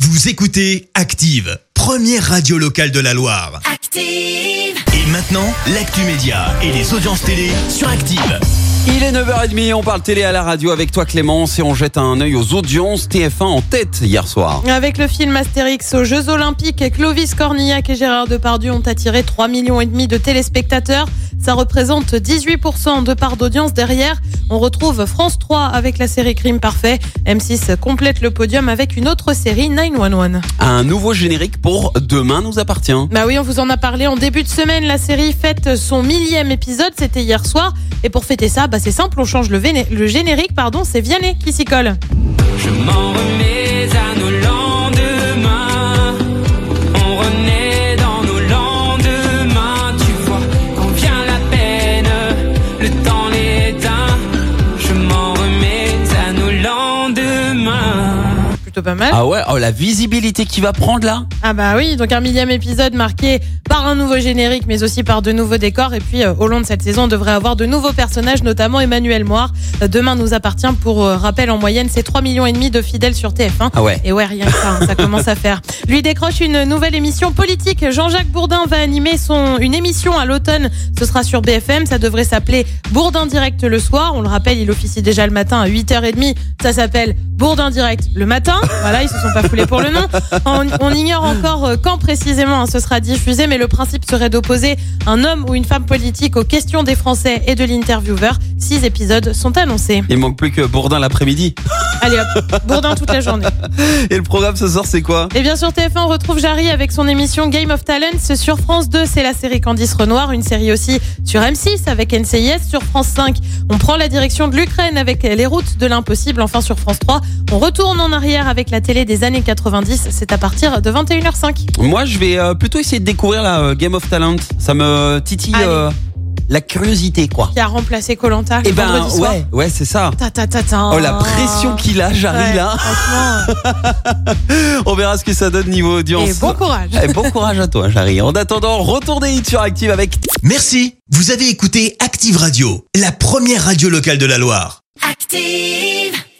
Vous écoutez Active, première radio locale de la Loire. Active. Et maintenant, l'actu média et les audiences télé sur Active. Il est 9h30, on parle télé à la radio avec toi Clémence et on jette un œil aux audiences TF1 en tête hier soir. Avec le film Astérix aux Jeux Olympiques, Clovis Cornillac et Gérard Depardieu ont attiré 3,5 millions de téléspectateurs. Ça représente 18% de part d'audience derrière. On retrouve France 3 avec la série Crime Parfait. M6 complète le podium avec une autre série 911. Un nouveau générique pour Demain nous appartient. Bah oui, on vous en a parlé en début de semaine. La série fête son millième épisode, c'était hier soir. Et pour fêter ça, bah c'est simple, on change le, véné- le générique, pardon, c'est Vianney qui s'y colle. Je m'en remets à nos lendemains. On renaît dans nos lendemains. Tu vois, quand vient la peine, le temps l'éteint. Je m'en remets à nos lendemains. Plutôt pas mal. Ah ouais, oh, la visibilité qu'il va prendre là Ah bah oui, donc un millième épisode marqué par un nouveau générique, mais aussi par de nouveaux décors. Et puis euh, au long de cette saison, on devrait avoir de nouveaux personnages, notamment Emmanuel Moir. Euh, Demain nous appartient, pour euh, rappel, en moyenne, c'est 3,5 millions et demi de fidèles sur TF1. Ah ouais. Et ouais, rien que ça, hein, ça commence à faire. Lui décroche une nouvelle émission politique. Jean-Jacques Bourdin va animer son, une émission à l'automne. Ce sera sur BFM. Ça devrait s'appeler Bourdin Direct le soir. On le rappelle, il officie déjà le matin à 8h30. Ça s'appelle Bourdin Direct le matin. Voilà, ils se sont pas foulés pour le nom. On, on ignore encore euh, quand précisément hein, ce sera diffusé, mais le principe serait d'opposer un homme ou une femme politique aux questions des Français et de l'intervieweur. Six épisodes sont annoncés. Il manque plus que Bourdin l'après-midi. Allez hop, Bourdin toute la journée. Et le programme ce soir c'est quoi Et bien sur TF1, on retrouve Jarry avec son émission Game of Talents. Sur France 2, c'est la série Candice Renoir, une série aussi sur M6 avec NCIS. Sur France 5, on prend la direction de l'Ukraine avec les routes de l'impossible. Enfin sur France 3, on retourne en arrière avec la télé des années 90. C'est à partir de 21h05. Moi je vais euh, plutôt essayer de découvrir la euh, Game of Talent. Ça me titille Allez. euh, la curiosité quoi. Qui a remplacé Colanta Eh ben vendredi soir. ouais, ouais c'est ça. Ta, ta, ta, ta. Oh la pression qu'il a, j'arrive Ouais, là. franchement. On verra ce que ça donne niveau audience. Et bon courage. Eh, bon courage à toi, Jarry. En attendant, retour des hits sur Active avec Merci. Vous avez écouté Active Radio, la première radio locale de la Loire. Active.